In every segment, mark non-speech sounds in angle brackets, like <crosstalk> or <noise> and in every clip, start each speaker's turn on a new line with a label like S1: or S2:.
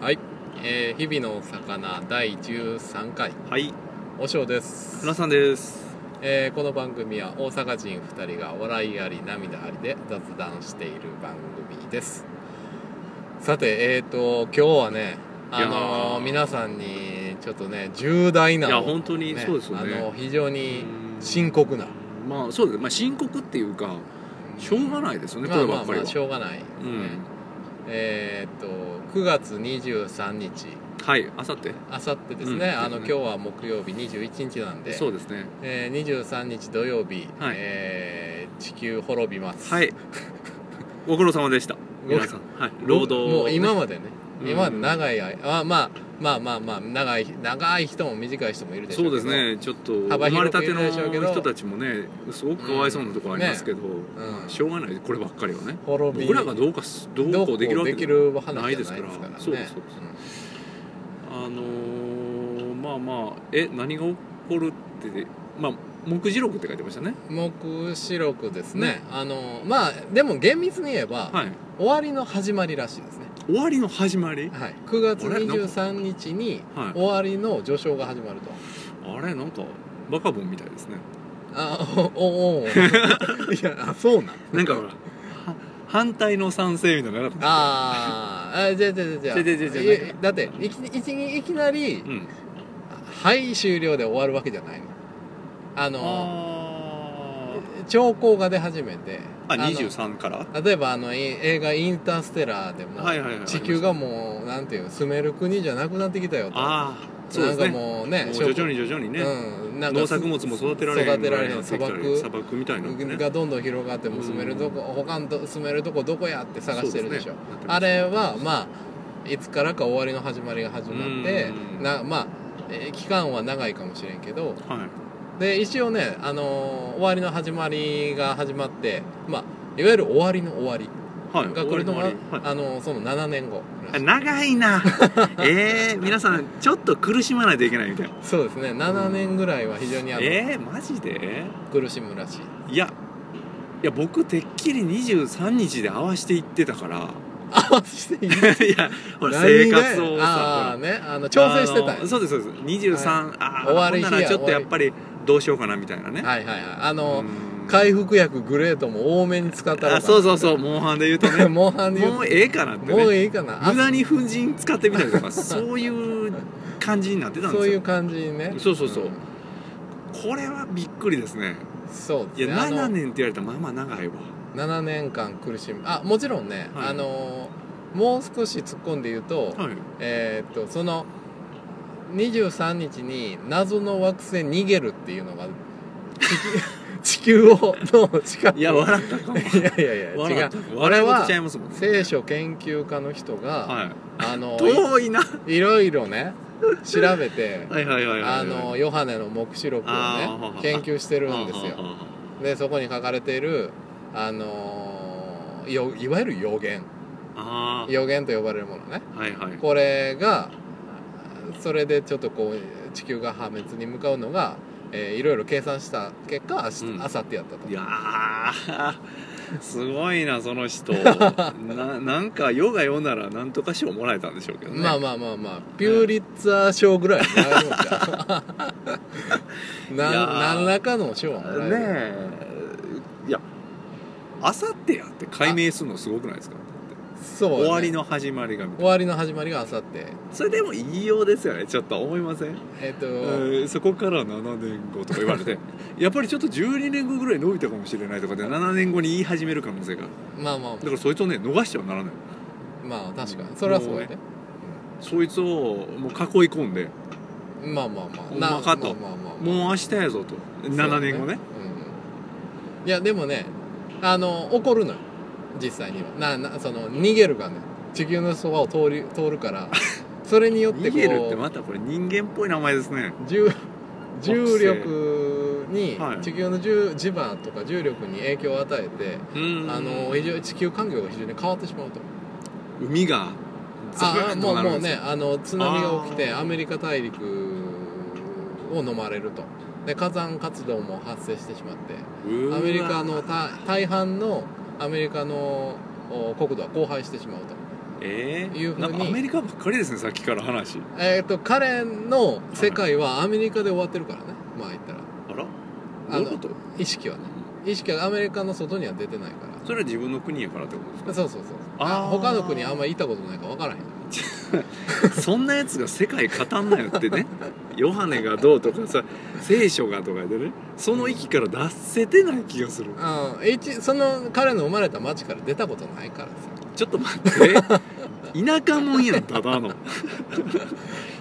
S1: はい、えー日々のお魚第13回
S2: はい、
S1: おしょうです
S2: 船、さんです。
S1: えーこの番組は大阪人2人が笑いあり涙ありで雑談している番組ですさてえー、と今日はねあ
S2: いや
S1: のー
S2: ー
S1: 皆さんにちょっとね重大
S2: い
S1: な
S2: や、本当にそうですよ
S1: あの
S2: ね。
S1: 非常に深刻な
S2: まあ、そうですね。まあ、深刻っていうか、しょうがないですよね。こ
S1: まあ
S2: れ
S1: ま
S2: ば
S1: あ
S2: っか
S1: ま
S2: り
S1: あ
S2: は。
S1: しょうがないです
S2: う
S1: ね、
S2: ん。
S1: えー、と9月23日
S2: はい、あさって。
S1: あさってですね、
S2: うんですね
S1: あの今日は木曜日21日なんで
S2: そうですね。
S1: えー、23日土曜日、
S2: はい
S1: えー地球滅びます
S2: はい。ご苦労様でした。
S1: ご
S2: 皆さん。はい。労働をね。
S1: もう今までね、
S2: うん
S1: 今まで長い間あまあまあまあまあ長い長い人も短い人もいるでしょ
S2: そうう
S1: けど
S2: ですね。ちょっと
S1: 幅
S2: 生ま
S1: 広く
S2: れたて
S1: 言えるでしょうけど
S2: の人たちもね、すごくかわいそうなところありますけど、
S1: うん
S2: まあしょうがない。こればっかりはね。
S1: 滅び
S2: 僕らがどうかすどうこうできるわけ
S1: できる話じゃな
S2: ないい
S1: で
S2: ですす
S1: か
S2: からら
S1: ね
S2: そうですそうですあのーまあまあえ何が起こるってまあ目次録って書いてましたね
S1: うん黙示録ですね
S2: ね
S1: あのまあでも厳密に言えば、
S2: はい
S1: 終わりの始まりらしいですね、
S2: 終わりの始まり
S1: はい、9月
S2: あれなんか
S1: 23日に
S2: はい
S1: 終わりの序章が始まると
S2: あれなんかバカボンみたいですね
S1: あおおおいやあそうなん
S2: なんかほらは反対の賛成みたいなのなかった
S1: あーあ、じゃあじゃあじゃあ
S2: じゃあじゃあじゃあ
S1: いだっていきいきいきなり
S2: う、ん
S1: はい、終了で終わるわけじゃないの。あの、
S2: あ
S1: 兆候が出始めて、
S2: あ
S1: の
S2: 23から
S1: 例えばあのい映画「インターステラー」でも、
S2: はいはいはい
S1: 地球がもうなんていう住める国じゃなくなってきたよと
S2: ああそうです
S1: なんか
S2: ねも
S1: もうね
S2: う
S1: 諸
S2: 徐々に徐々にね、
S1: うん、なんか
S2: 農作物も育てられへん
S1: 育てられへん
S2: ってきたり
S1: 砂漠
S2: 砂漠みたいなのね
S1: がどんどん広がってもう住めるとこ、他のと住めるとこどこやって探してるでしょあれはまあいつからか終わりの始まりが始まって
S2: うん
S1: なまあえー期間は長いかもしれんけど
S2: あはい
S1: で一応ね、あのー終わりの始まりが始まって、まあ、いわゆる終わりの終わり
S2: はい
S1: がこれのが、
S2: 終わりの終わりはい
S1: あのーその7年後
S2: あ長いな
S1: <laughs>
S2: ええ皆さんちょっと苦しまないといけないみたいな
S1: そうですね7年ぐらいは非常にあの、
S2: ええマジで
S1: 苦しむら
S2: <laughs>
S1: しい
S2: いやいや僕てっきり23日で合わしていってたから <laughs>
S1: あ私いい
S2: いやほら
S1: 何で
S2: 生活を
S1: あ
S2: さ
S1: あねあの調整してたん
S2: あ
S1: や
S2: のそうですそうです23、ああ
S1: 終わる日や
S2: ほんならちょっ
S1: 終
S2: と
S1: わ
S2: や
S1: る
S2: っぱりどうしようかなみたいなね、
S1: はいはいはいあ
S2: う
S1: の
S2: ん
S1: 回復薬グレートも多めに使ったら
S2: あそうそうそうモンハンで言うとね
S1: モンハンで言う
S2: もうええかなって
S1: ともう
S2: ね
S1: いいかなあ
S2: 無駄に粉塵使ってみたりと
S1: <laughs>
S2: かそういう感じになってたんで
S1: そう
S2: す
S1: い
S2: よ
S1: う感じにね
S2: そうそうそうんこれはびっくりですね
S1: そうで
S2: い
S1: す
S2: や
S1: ねあの
S2: 7年って言われたらまあまあ長いわ
S1: 7年間苦しむあもちろんね、
S2: はい
S1: あのもう少し突っ込んで言うと、
S2: はい
S1: えーっとその23日に謎の惑星逃げるっていうのが地球 <laughs> 地球をの近く
S2: いや笑ったかも
S1: いやいやいや
S2: 笑
S1: 違
S2: っ
S1: う
S2: た
S1: これ
S2: 笑い事
S1: は
S2: ちゃいますもんね
S1: 聖書研究家の人が、
S2: は
S1: あの
S2: い遠いな
S1: いいろいろね調べて
S2: はいはいはいはいはい
S1: あのヨハネの黙示録を
S2: あーは
S1: ね
S2: は
S1: 研究してるんです
S2: は
S1: よ
S2: はは
S1: でそこに書かれているあのーよいわゆる予言
S2: あ
S1: 予言と呼ばれるものね
S2: あはいはい
S1: これがそれでちょっとこう地球が破滅に向かうのが、えーいろいろ計算した結果
S2: うん
S1: あさってやったと
S2: いやーすごいなその
S1: <laughs>
S2: 人ななんか世が世ならなんとか賞もらえたんでしょうけどね
S1: まあまあまあまあピューリッツァー賞ぐらいはもらえるんちゃうない
S2: やー
S1: 何らかの賞はもらえる
S2: ねえいやあさってやって解明するのすごくないですか
S1: そう、ね、
S2: 終わりの始まりがみた
S1: 終
S2: いな
S1: わりの始まりがあさって
S2: それでも言いようですよねちょっと思いません
S1: えっ、と、
S2: えーそこから7年後とか言われてやっぱりちょっと12年後ぐらい伸びたかもしれないとかで7年後に言い始める可能性がある
S1: まあまあ
S2: だからそいつをね逃してはならない
S1: まあ確かにそれはそうやね
S2: そいつをもう囲い込んで
S1: まあまあまあ
S2: ほんまかと
S1: まあまあまあまあ
S2: もう明日やぞと7年後ね
S1: うんいやでもねあの怒るのよ実際にはななその逃げるがね地球のそばを通り通るから
S2: <laughs>
S1: それによって
S2: 逃
S1: こ
S2: げるって
S1: う
S2: またこれ人間っぽい名前ですね
S1: 重重力に、
S2: はい
S1: 地球の重磁場とか重力に影響を与えて、
S2: うん
S1: あの非常に地球環境が非常に変わってしまうと
S2: 海がザク
S1: あ
S2: ー
S1: あ
S2: ン
S1: も
S2: と
S1: う
S2: なる
S1: もうん
S2: です
S1: ね
S2: よ
S1: あの津波が起きて
S2: あー
S1: アメリカ大陸を飲まれるとで火山活動も発生してしまって
S2: うわ
S1: アメリカの大大半のアメリカのお国土は荒廃してしまうと
S2: ええ
S1: いうふうに
S2: なんかアメリカばっかりですねさっきから話
S1: えっと彼の世界はアメリカで終わってるからね、まあ言ったら
S2: あら
S1: あ
S2: どう
S1: の
S2: いうこと
S1: 意識はね意識はアメリカの外には出てないから
S2: それは自分の国やからってことですか <laughs>
S1: そうそうそう
S2: あー
S1: 他の国あんまり行ったことないから分からへん
S2: そんなやつが世界語んなよって
S1: <laughs>
S2: ねヨハネがどうとかさ聖書がとかでねその域から脱せてない気がする
S1: あー一その彼の生まれた町から出たことないからさ
S2: ちょっと待って <laughs> 田舎もんやんただの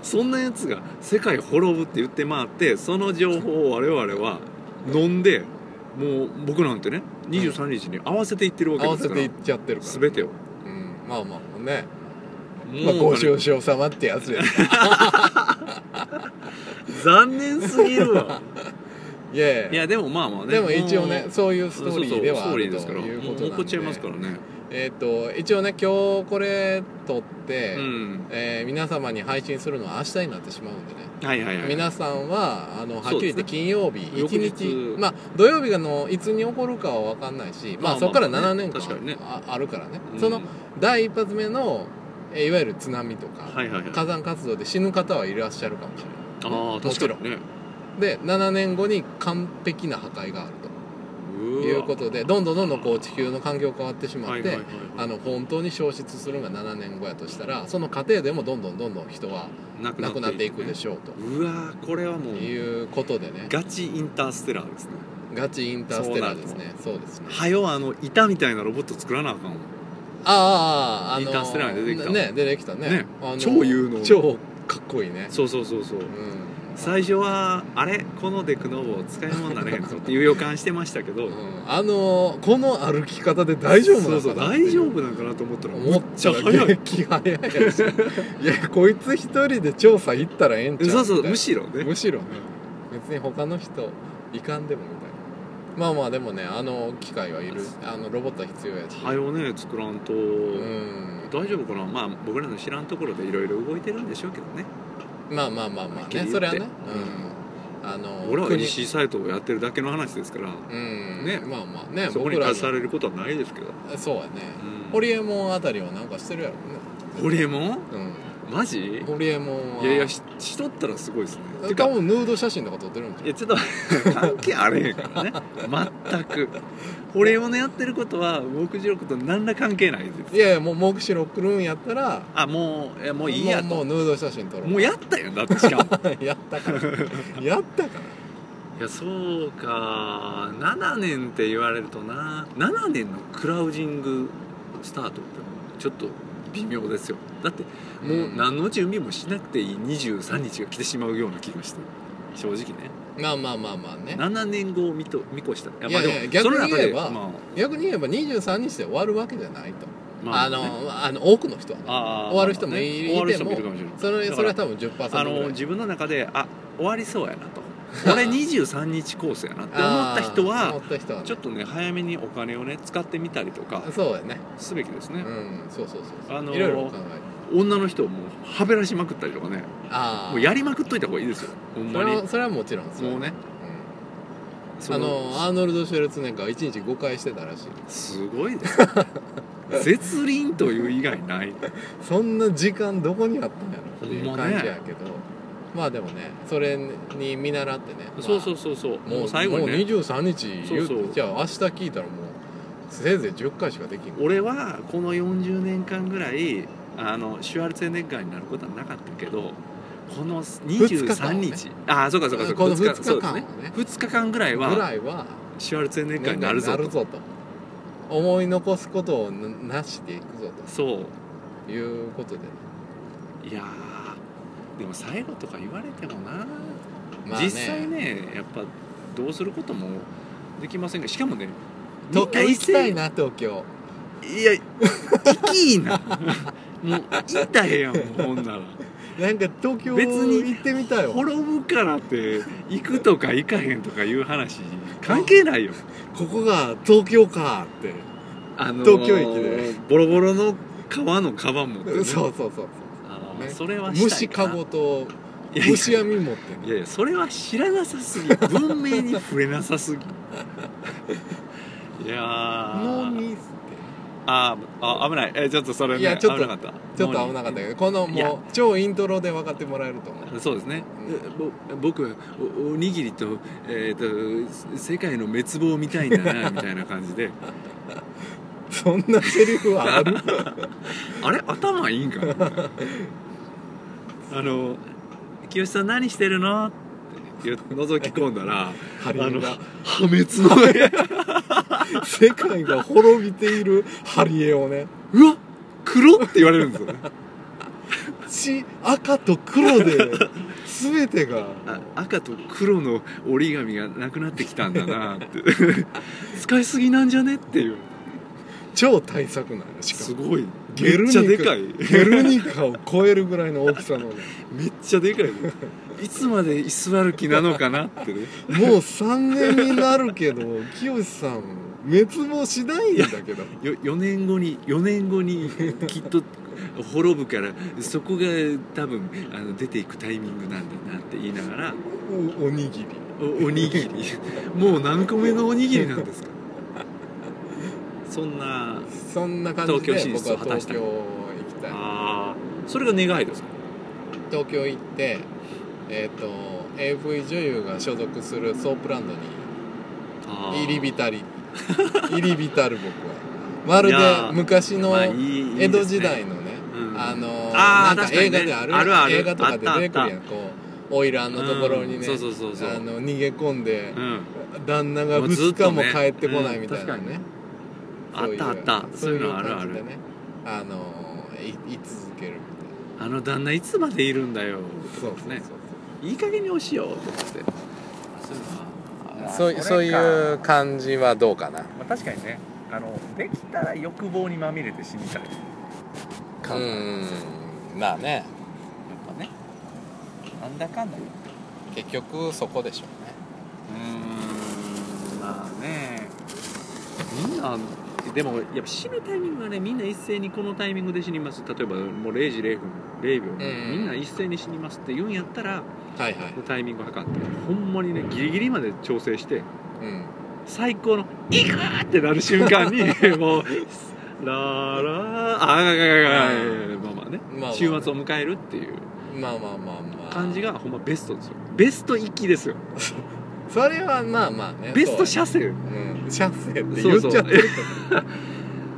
S2: そんなやつが世界滅ぶって言って回ってその情報を我々は飲んでもう僕なんてね23日に合わせていってるわけ
S1: 合わ
S2: です
S1: せ
S2: か
S1: て
S2: ら
S1: 行っちゃってるから
S2: 全てを
S1: うん、まあまあねまあ
S2: もう
S1: ご愁傷様ってやつです
S2: 残念すぎる
S1: <laughs>
S2: わ
S1: <laughs> いやい
S2: い
S1: や
S2: やでもまあまあね
S1: でも一応ね
S2: もう
S1: そういうストーリーでは
S2: そう
S1: あ
S2: そうストーリー
S1: ると
S2: ですから
S1: いう
S2: も
S1: こ
S2: う
S1: と
S2: 残
S1: な
S2: っ
S1: ん
S2: ちゃいますか
S1: で
S2: らね
S1: えっと一応ね今日これ撮って、
S2: うん
S1: えー皆様に配信するのは明日になってしまうんでね、
S2: はいはいはい
S1: 皆さんはあのはっき
S2: そ
S1: り言
S2: うで
S1: っ
S2: す
S1: て
S2: ね
S1: 金曜日
S2: 翌日
S1: 1日まあ土曜日がのいつに起こるかは分かんないし、まあ
S2: まあまあ
S1: そこから
S2: まあ
S1: 7年間
S2: 確かにね
S1: ああるからね、
S2: うん
S1: その第一発目のえーいわゆる津波とか、
S2: はいはいはい
S1: 火山活動で死ぬ方はいらっしゃるかもしれない
S2: ああ
S1: もち
S2: 確
S1: ろ
S2: か
S1: ん
S2: にね
S1: で7年後に完璧な破壊があると
S2: うわ
S1: いうことでどんどんどんどんこう地球の環境変わってしまっ
S2: は
S1: て、
S2: いはいはい
S1: あの本当に消失するのが7年後やとしたらその過程でもどんどんどんどん人は
S2: な
S1: 亡くなっていくで
S2: し
S1: しょうと
S2: うわーこれはもう
S1: いうことでね
S2: ガチインターステラーですね
S1: ガチインターステラーですねそうですね
S2: はよあの板みたいなロボット作らなあかんわ
S1: あああああの
S2: インターステラーに出てきた
S1: ね出てきたね
S2: ね
S1: あの
S2: 超有能
S1: 超かっこいいね
S2: そうそうそうそう
S1: うん
S2: 最初はあれこのデクノボ使い物になれへんぞっていう予感してましたけど
S1: うんあのこの歩き方で大丈夫な
S2: そう
S1: の
S2: そう
S1: かなって
S2: 大
S1: いう
S2: 丈夫なんかなと思ったらめ
S1: 思
S2: っ
S1: っ
S2: ち
S1: た
S2: ゃ
S1: ら
S2: 早い
S1: 激早いやしいやこいつ一人で調査行ったらええんちゃ
S2: そうそ
S1: み
S2: う
S1: たいな
S2: むしろね
S1: むしろね別に他の人いかんでもみたいなまあまあでもねあの機械はいるあのロボットは必要やし
S2: はよね作らんと
S1: うん
S2: 大丈夫かなまあ僕らの知らんところでいろいろ動いてるんでしょうけどね
S1: まあまあまあまあ
S2: はっき
S1: ね
S2: り言って
S1: それはねうんあ
S2: 俺
S1: の
S2: は
S1: 国
S2: EC サイトをやってるだけの話ですから
S1: うん
S2: ね
S1: まあまあね
S2: そこ
S1: 僕
S2: に
S1: らの
S2: 貸されることはないですけど
S1: そうやね
S2: うん
S1: ホリエモンあたりはなんかしてるやろね
S2: ホリエモン
S1: う
S2: マジ
S1: んホリエモンはい
S2: やいやししとったらすごいですねて
S1: 多
S2: か
S1: 分ヌード写真とか撮ってるん
S2: い
S1: じ
S2: やちょっと <laughs> 関係あれへんからね全くホリエモンのやってることは目次録と何ら関係ないで
S1: ゃん
S2: す
S1: いやいやもう目視録るんやったら
S2: あもうえもういいやと
S1: もう
S2: も
S1: もうヌード写真撮ろ
S2: う
S1: う
S2: やったやんだってしか
S1: <laughs>
S2: も
S1: やったからやったか
S2: いやそうか7年って言われるとな7年のクラウジングスタートってちょっと微妙ですよだってもう何の準備もしなくていい23日が来てしまうような気がして正直ね
S1: まあまあまあまあね
S2: 7年後を見と見越したい
S1: いやいや逆に言えば
S2: まあ
S1: 逆に言えば23日で終わるわけじゃないと、
S2: まあ
S1: あ
S2: ね
S1: のあの多くの人はね
S2: あー
S1: 終わる人もい
S2: まあね
S1: い
S2: 終わる
S1: て
S2: 人
S1: も
S2: もいるかもしれない
S1: それ
S2: だから
S1: それは多分10%
S2: あ
S1: ぐ
S2: の
S1: らい
S2: 自分の中であ終わりそうやなと俺23日コースやなって思った
S1: <laughs>
S2: 人
S1: あー
S2: は
S1: 思った人はね、
S2: ちょっとね早めにお金をね使ってみたりとか
S1: そうやね
S2: すべきです
S1: う
S2: ね、
S1: んそうそうそうそう、
S2: あのー
S1: いろいろ考え
S2: 女の人をもうはべらしまくったりとかね
S1: てああ
S2: もうやりまくっといた方がいいですよほん
S1: そ
S2: ま
S1: れ
S2: に
S1: はそれはもちろんそう
S2: もうね
S1: うん
S2: そ
S1: あのアーノルド・シュレツェネッガー1日5回してたらしい
S2: すご
S1: <laughs>
S2: いですね絶倫という以外ない
S1: そんな時間どこにあったんやろっていう
S2: ほんまね
S1: 感じやけど、まあでもねそれに見習ってね、まあ
S2: そうそうそうそう
S1: もう
S2: もう最後に
S1: もう
S2: ね
S1: 23日言う
S2: そうそう
S1: じゃあ明日聞いたらもうせいぜい10回しかできん
S2: 俺はこの40年間ぐらいあのシュワルツェネッガーになることはなかったけどこの23日ああそうかそうかそうか
S1: この
S2: 二
S1: 2
S2: そう
S1: 日間
S2: です
S1: はね
S2: ね2日間ぐらい
S1: ぐ
S2: は
S1: らいは
S2: シュワルツェネッガーになるぞ
S1: な
S2: と
S1: るぞと思い残すことをななしていくぞ
S2: そ
S1: ということで、
S2: ういやーでも最後とか言われてもな、
S1: まあ
S2: 実際ねやっぱどうすることもできませんがしかもね
S1: 東京行きたいな
S2: な
S1: 東京
S2: いや行きいなもう行ったらええやんもうほんなら
S1: なんか東京
S2: 別に
S1: 行ってみたいわ
S2: 滅ぶからって行くとか行かへんとかいう話関係ないよ
S1: ここが東京かって
S2: あの
S1: 東京駅で
S2: ボロボロの川のカバン持って、ね、
S1: そうそうそう
S2: あー
S1: ね
S2: それはした
S1: 虫
S2: いか
S1: か
S2: な
S1: ごと
S2: いやいや
S1: 虫網持ってね
S2: いやいやそれは知らなさす
S1: <laughs>
S2: ぎ文明に触れなさすぎいやー
S1: のにっつって
S2: ああ危ないえちょっとそれ、ね、
S1: いやちょっと
S2: 危なかった
S1: ちょっと危なかったけどこの
S2: いや
S1: もう超イントロで分かってもらえると思う
S2: そうですね、えぼ僕はおおにぎりと,、えーと世界の滅亡みたいだなみたいな感じで
S1: そんなセリフはある
S2: あれ頭いいんかな <laughs> あの「清さん何してるの?」って言う覗き込んだら
S1: ハ
S2: あ
S1: リエ
S2: の
S1: が
S2: 破滅のや
S1: 世界が滅びているハリエをね
S2: <laughs> うわ黒って言われるんですよね
S1: 血赤と黒で全てが
S2: あ赤と黒の折り紙がなくなってきたんだなって <laughs> 使いすぎなんじゃねっていう
S1: 超大作なのしか
S2: す
S1: も
S2: ごい
S1: ゲル
S2: めっ
S1: ニ
S2: ち
S1: カ
S2: ゃでかい
S1: ゲルニカを超えるぐらいの大きさの
S2: <laughs>
S1: ね
S2: めっちゃでかいね <laughs> いつまで居座る気なのかなってね
S1: もう3年になるけど清さん滅亡しないんだけ
S2: <laughs>
S1: ど
S2: よ4年後に4年
S1: <laughs>
S2: 後にきっと滅ぶからそこが多分あの出ていくタイミングなんだなって言いながら
S1: おおにぎり
S2: おお
S1: <laughs>
S2: にぎりもう何個目のおにぎりなんですかそんな
S1: そんな感じで
S2: 東京進
S1: 僕
S2: 出を
S1: は
S2: 果た
S1: 東
S2: した
S1: 京行きたい
S2: あーそれが願いですか
S1: 東京行ってえっ、と AV 女優が所属するソープランドに入り浸り <laughs> 入り浸る僕はまるで
S2: いやー
S1: 昔の
S2: まあいいいいですね
S1: 江戸時代のね
S2: うん
S1: あのーな
S2: あー
S1: んか
S2: 確か
S1: 映
S2: にね
S1: 画である
S2: あるある
S1: 映画とかで出てくるや
S2: あ
S1: んこう花魁のところにね
S2: うんそうそうそうそう
S1: あの逃げ込んで
S2: うん
S1: 旦那が
S2: もうず
S1: 2
S2: っと
S1: 日も
S2: ね
S1: 帰ってこないみたいな
S2: うん
S1: ね
S2: あったあったそ
S1: そうう
S2: い
S1: いうう
S2: のあるあ
S1: 感じで
S2: る
S1: ねあのーいい続けるみ
S2: あの旦那いつまでいるんだよ
S1: たいなそうそうそう
S2: ねいい加減に押しようと思ってそういうのは
S3: あ
S1: そうい
S3: これか
S1: そういう感じはどうかな
S3: まあ、確かにねあのできたら欲望にまみれて死にたいや
S1: うーんまあね
S3: っぱねなんだかんだ言って
S1: 結局そこでしょうね
S2: うーんまあねみんなでもやっぱ死ぬタイミングはねみんな一斉にこのタイミングで死にます例えばもう0時0分0秒、
S1: ん
S2: みんな一斉に死にますって言うんやったら
S1: はいはい
S2: タイミング測ってほんまにねギリギリまで調整して
S1: うん
S2: 最高の「いく!」ってなる瞬間にもう「ラーラーあーあーあーあーまあまあね
S1: まあまあね
S2: 週末を迎えるっていう
S1: まあまあまあまあ
S2: 感じがほんまベストですよベスト域ですよ
S1: それはまあまあね
S2: ベスト
S1: そう
S2: 射精
S1: うんシャッセって
S2: そ
S1: 言
S2: う
S1: っ
S2: そう
S1: ちゃってるけど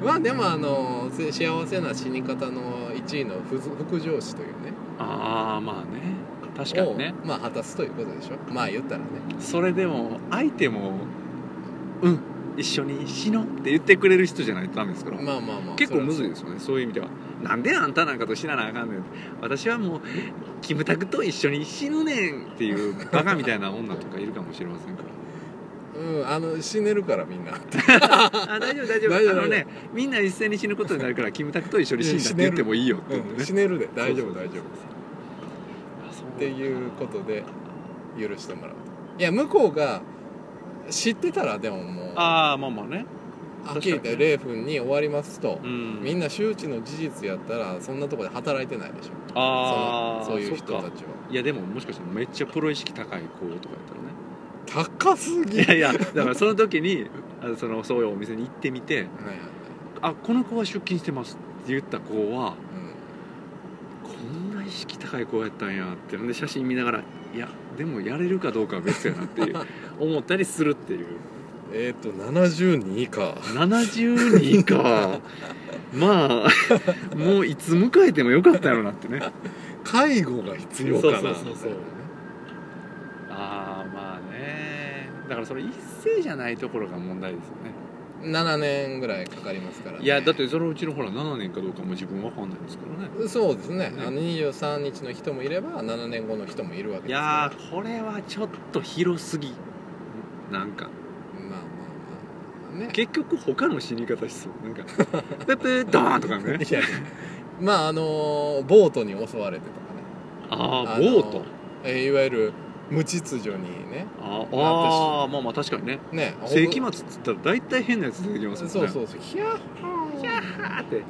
S1: まあでもあのせ幸せな死に方の1位のふず副上司というね
S2: ああまあね確かにね
S1: をまあ果たすということでしょまあ言ったらね
S2: それでも相手も「うん一緒に死のう」って言ってくれる人じゃないとダメですから、
S1: まあまあまあ
S2: 結構むず
S1: い
S2: いですよねそういう意味ではなんであんたなんかと死ななあかんねん私はもうキムタクと一緒に死ぬねんっていうバカみたいな女とかいるかもしれませんか
S1: <laughs> うんあの死ねるから
S2: <laughs>
S1: みんな
S2: らあ大丈夫大丈夫
S1: 大丈夫
S2: あのねみんな一斉に死ぬことになるからキムタクと一緒に死んだって言ってもいいよって言ってね、
S1: うん死ねるで大丈
S2: そ
S1: 夫
S2: うそう
S1: 大丈夫
S2: あそう
S1: っていうことで許してもらういや向こうが知ってたらでももうは
S2: ああまあまあね
S1: っきり言って0分に終わりますと
S2: うん
S1: みんな周知の事実やったらそんなとこで働いてないでしょ
S2: ああ
S1: そのそういう人
S2: そ
S1: た
S2: っか
S1: ち
S2: いやでももしかしたらめっちゃプロ意識高い子とかやったらね
S1: は高すぎ
S2: いやいやだからその時にあのそのそういうお店に行ってみて
S1: はいはいはい
S2: 「あこの子は出勤してます」って言った子は
S1: う
S2: こんな意識高い子やったんやってで写真見ながらいやでもやれるかどうかは別やなっていう <laughs> 思ったりするっていうん
S1: えっ、と72以下
S2: 72か <laughs> まあ <laughs> もういつ迎えてもよかったやろなってね
S1: 介護が必要かな
S2: そうそうそうそうああまあねだからそれ一斉じゃないところが問題ですよね
S1: 7年ぐらいかかりますから、ね、
S2: いやだってそのうちのほら7年かどうかも自分わかんないですからね
S1: そうですね
S2: ね
S1: あの23日の人もいれば7年後の人もいるわけ
S2: い
S1: ですから
S2: やーこれはちょっと広すぎなんか
S1: まあまあまあね
S2: 結局他の死に方しそうなんかペッペードーンとかね
S1: いやまああのボートに襲われてとかね
S2: あ
S1: あ
S2: <laughs> あ
S1: の
S2: ボート
S1: えーいわゆる無秩序にね
S2: あーあーまあまあ確かにね
S1: ね
S2: 世紀末っつったら大体変なやつ出てきますもんね
S1: そうそうそうヒャッハー
S2: あーって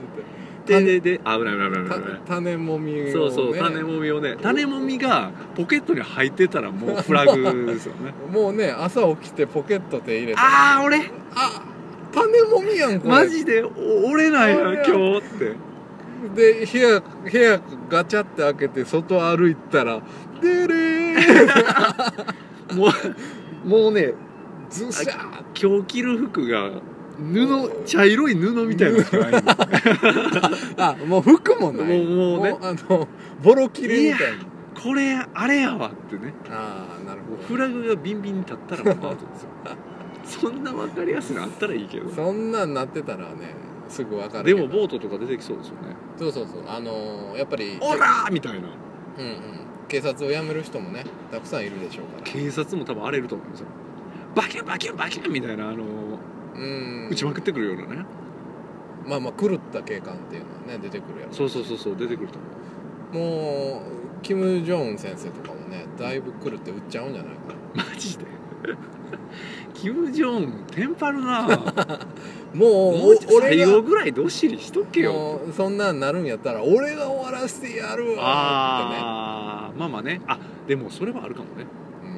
S1: 種
S2: ででで危ない危ない危ない
S1: た
S2: 危ない
S1: 種もみを、ね、
S2: そうそう種もみをね種もみがポケットに入ってたらも <laughs> うフラグですよね
S1: もうね朝起きてポケット手入れて
S2: ああ俺
S1: あ種もみやんこれ
S2: マジでお折れないのよ今日って
S1: で部屋部屋ガチャって開けて外歩いたら「でれー
S2: もう <laughs> もうね
S1: ズシャ
S2: 今日着る服が布茶色い <laughs> 布みたいなのしかない
S1: ー!」あもう服もない
S2: もうもうね
S1: もあのボロ切れみたいな
S2: これあれやわってね
S1: ああなるほ
S2: フラグがビンビンに立
S1: <laughs>
S2: ったらもうアウトですよそんな分かりやすいのあったらいいけど
S1: どそんなんなってたらねすぐ分かるけ
S2: で
S1: ど
S2: もボートとか出てきそうですよね
S1: そうそうそうあのーやっぱり
S2: オラーみたいな
S1: うんうん警察を辞める人もねたくさんいるでしょうから
S2: 警察も多分荒れると思うんですよバキャンバキャンバキャンみたいなあの
S1: うん
S2: 打ちまくってくるようなね
S1: まあまあ狂った警官っていうのはね出てくるやろ
S2: そうそうそうそう出てくると思う
S1: もうキム・ジョンウン先生とかもねだいぶ狂って売っちゃうんじゃないかな
S2: マジでキム・ジョンウンテンパる
S1: <laughs>
S2: なも
S1: もう
S2: う
S1: お俺
S2: 最
S1: が
S2: 後ぐらいどっしりしとけよ
S1: もうそんなんなるんやったら俺が終わらせてやるわ
S2: ああまあまあねあでもそれはあるかも
S1: って
S2: ね
S1: ね、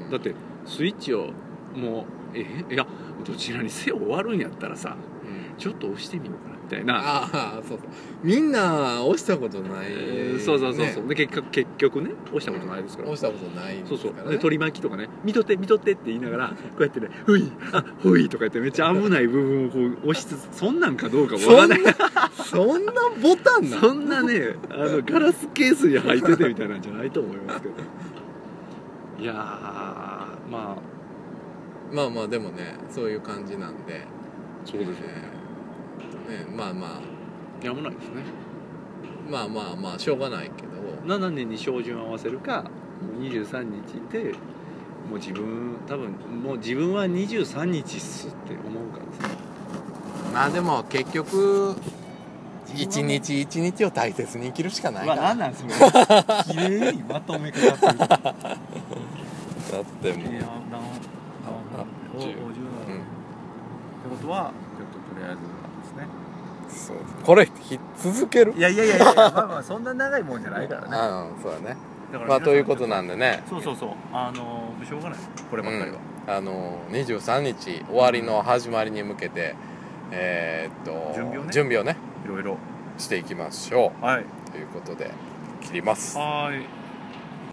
S1: うん
S2: だってスイッチをもうえいやどちらにせよ終わるんやったらさ
S1: うん
S2: ちょっと押してみようかなみたいな、
S1: ああそうそうみんな押したことない、
S2: えーそうそうそうそう、で結局結局ね押したことないですから、
S1: 押したことない
S2: そうそう
S1: から
S2: で
S1: ね
S2: 取り巻きとかね「見とって見とって」って言いながらこうやってね「ふいあふい」とか言ってめっちゃ危ない部分をこう押しつつそんなんかどうかわから
S1: そん
S2: な
S1: ないそんなボタンな
S2: そんなねあのガラスケースに入っててみたいなんじゃないと思います
S1: <laughs>
S2: けどいやーまあ
S1: まあまあでもねそういう感じなんで、
S2: そうです
S1: えーねまあまあ
S2: やむないですね
S1: まあまあまあしょうがないけど
S2: 7年に照準を合わせるかもう23日でもう自分多分もう自分は23日っすって思うからですね
S1: まあでも結局一日一日を大切に生きるしかないか
S3: まあ
S1: ら、
S3: なんなんそ <laughs> れ綺麗にまとめ方するいや
S1: だってもう、
S3: なん
S1: あ
S3: 50
S1: 十うん
S3: ってことはちょっととりあえずですね
S1: そうこれひ続ける
S3: いやいやいやいや <laughs> まあまあそんな長いもんじゃないから <laughs> ね
S1: ああそうだね
S3: だから
S1: まあということなんでね
S3: そうそうそうあのーしょうがないこればっかりは、
S1: あの23日終わりの始まりに向けてえーっと
S3: 準備をね
S1: をね
S3: いろいろ
S1: していきましょ
S3: はいう
S1: ということで切ります
S3: はーい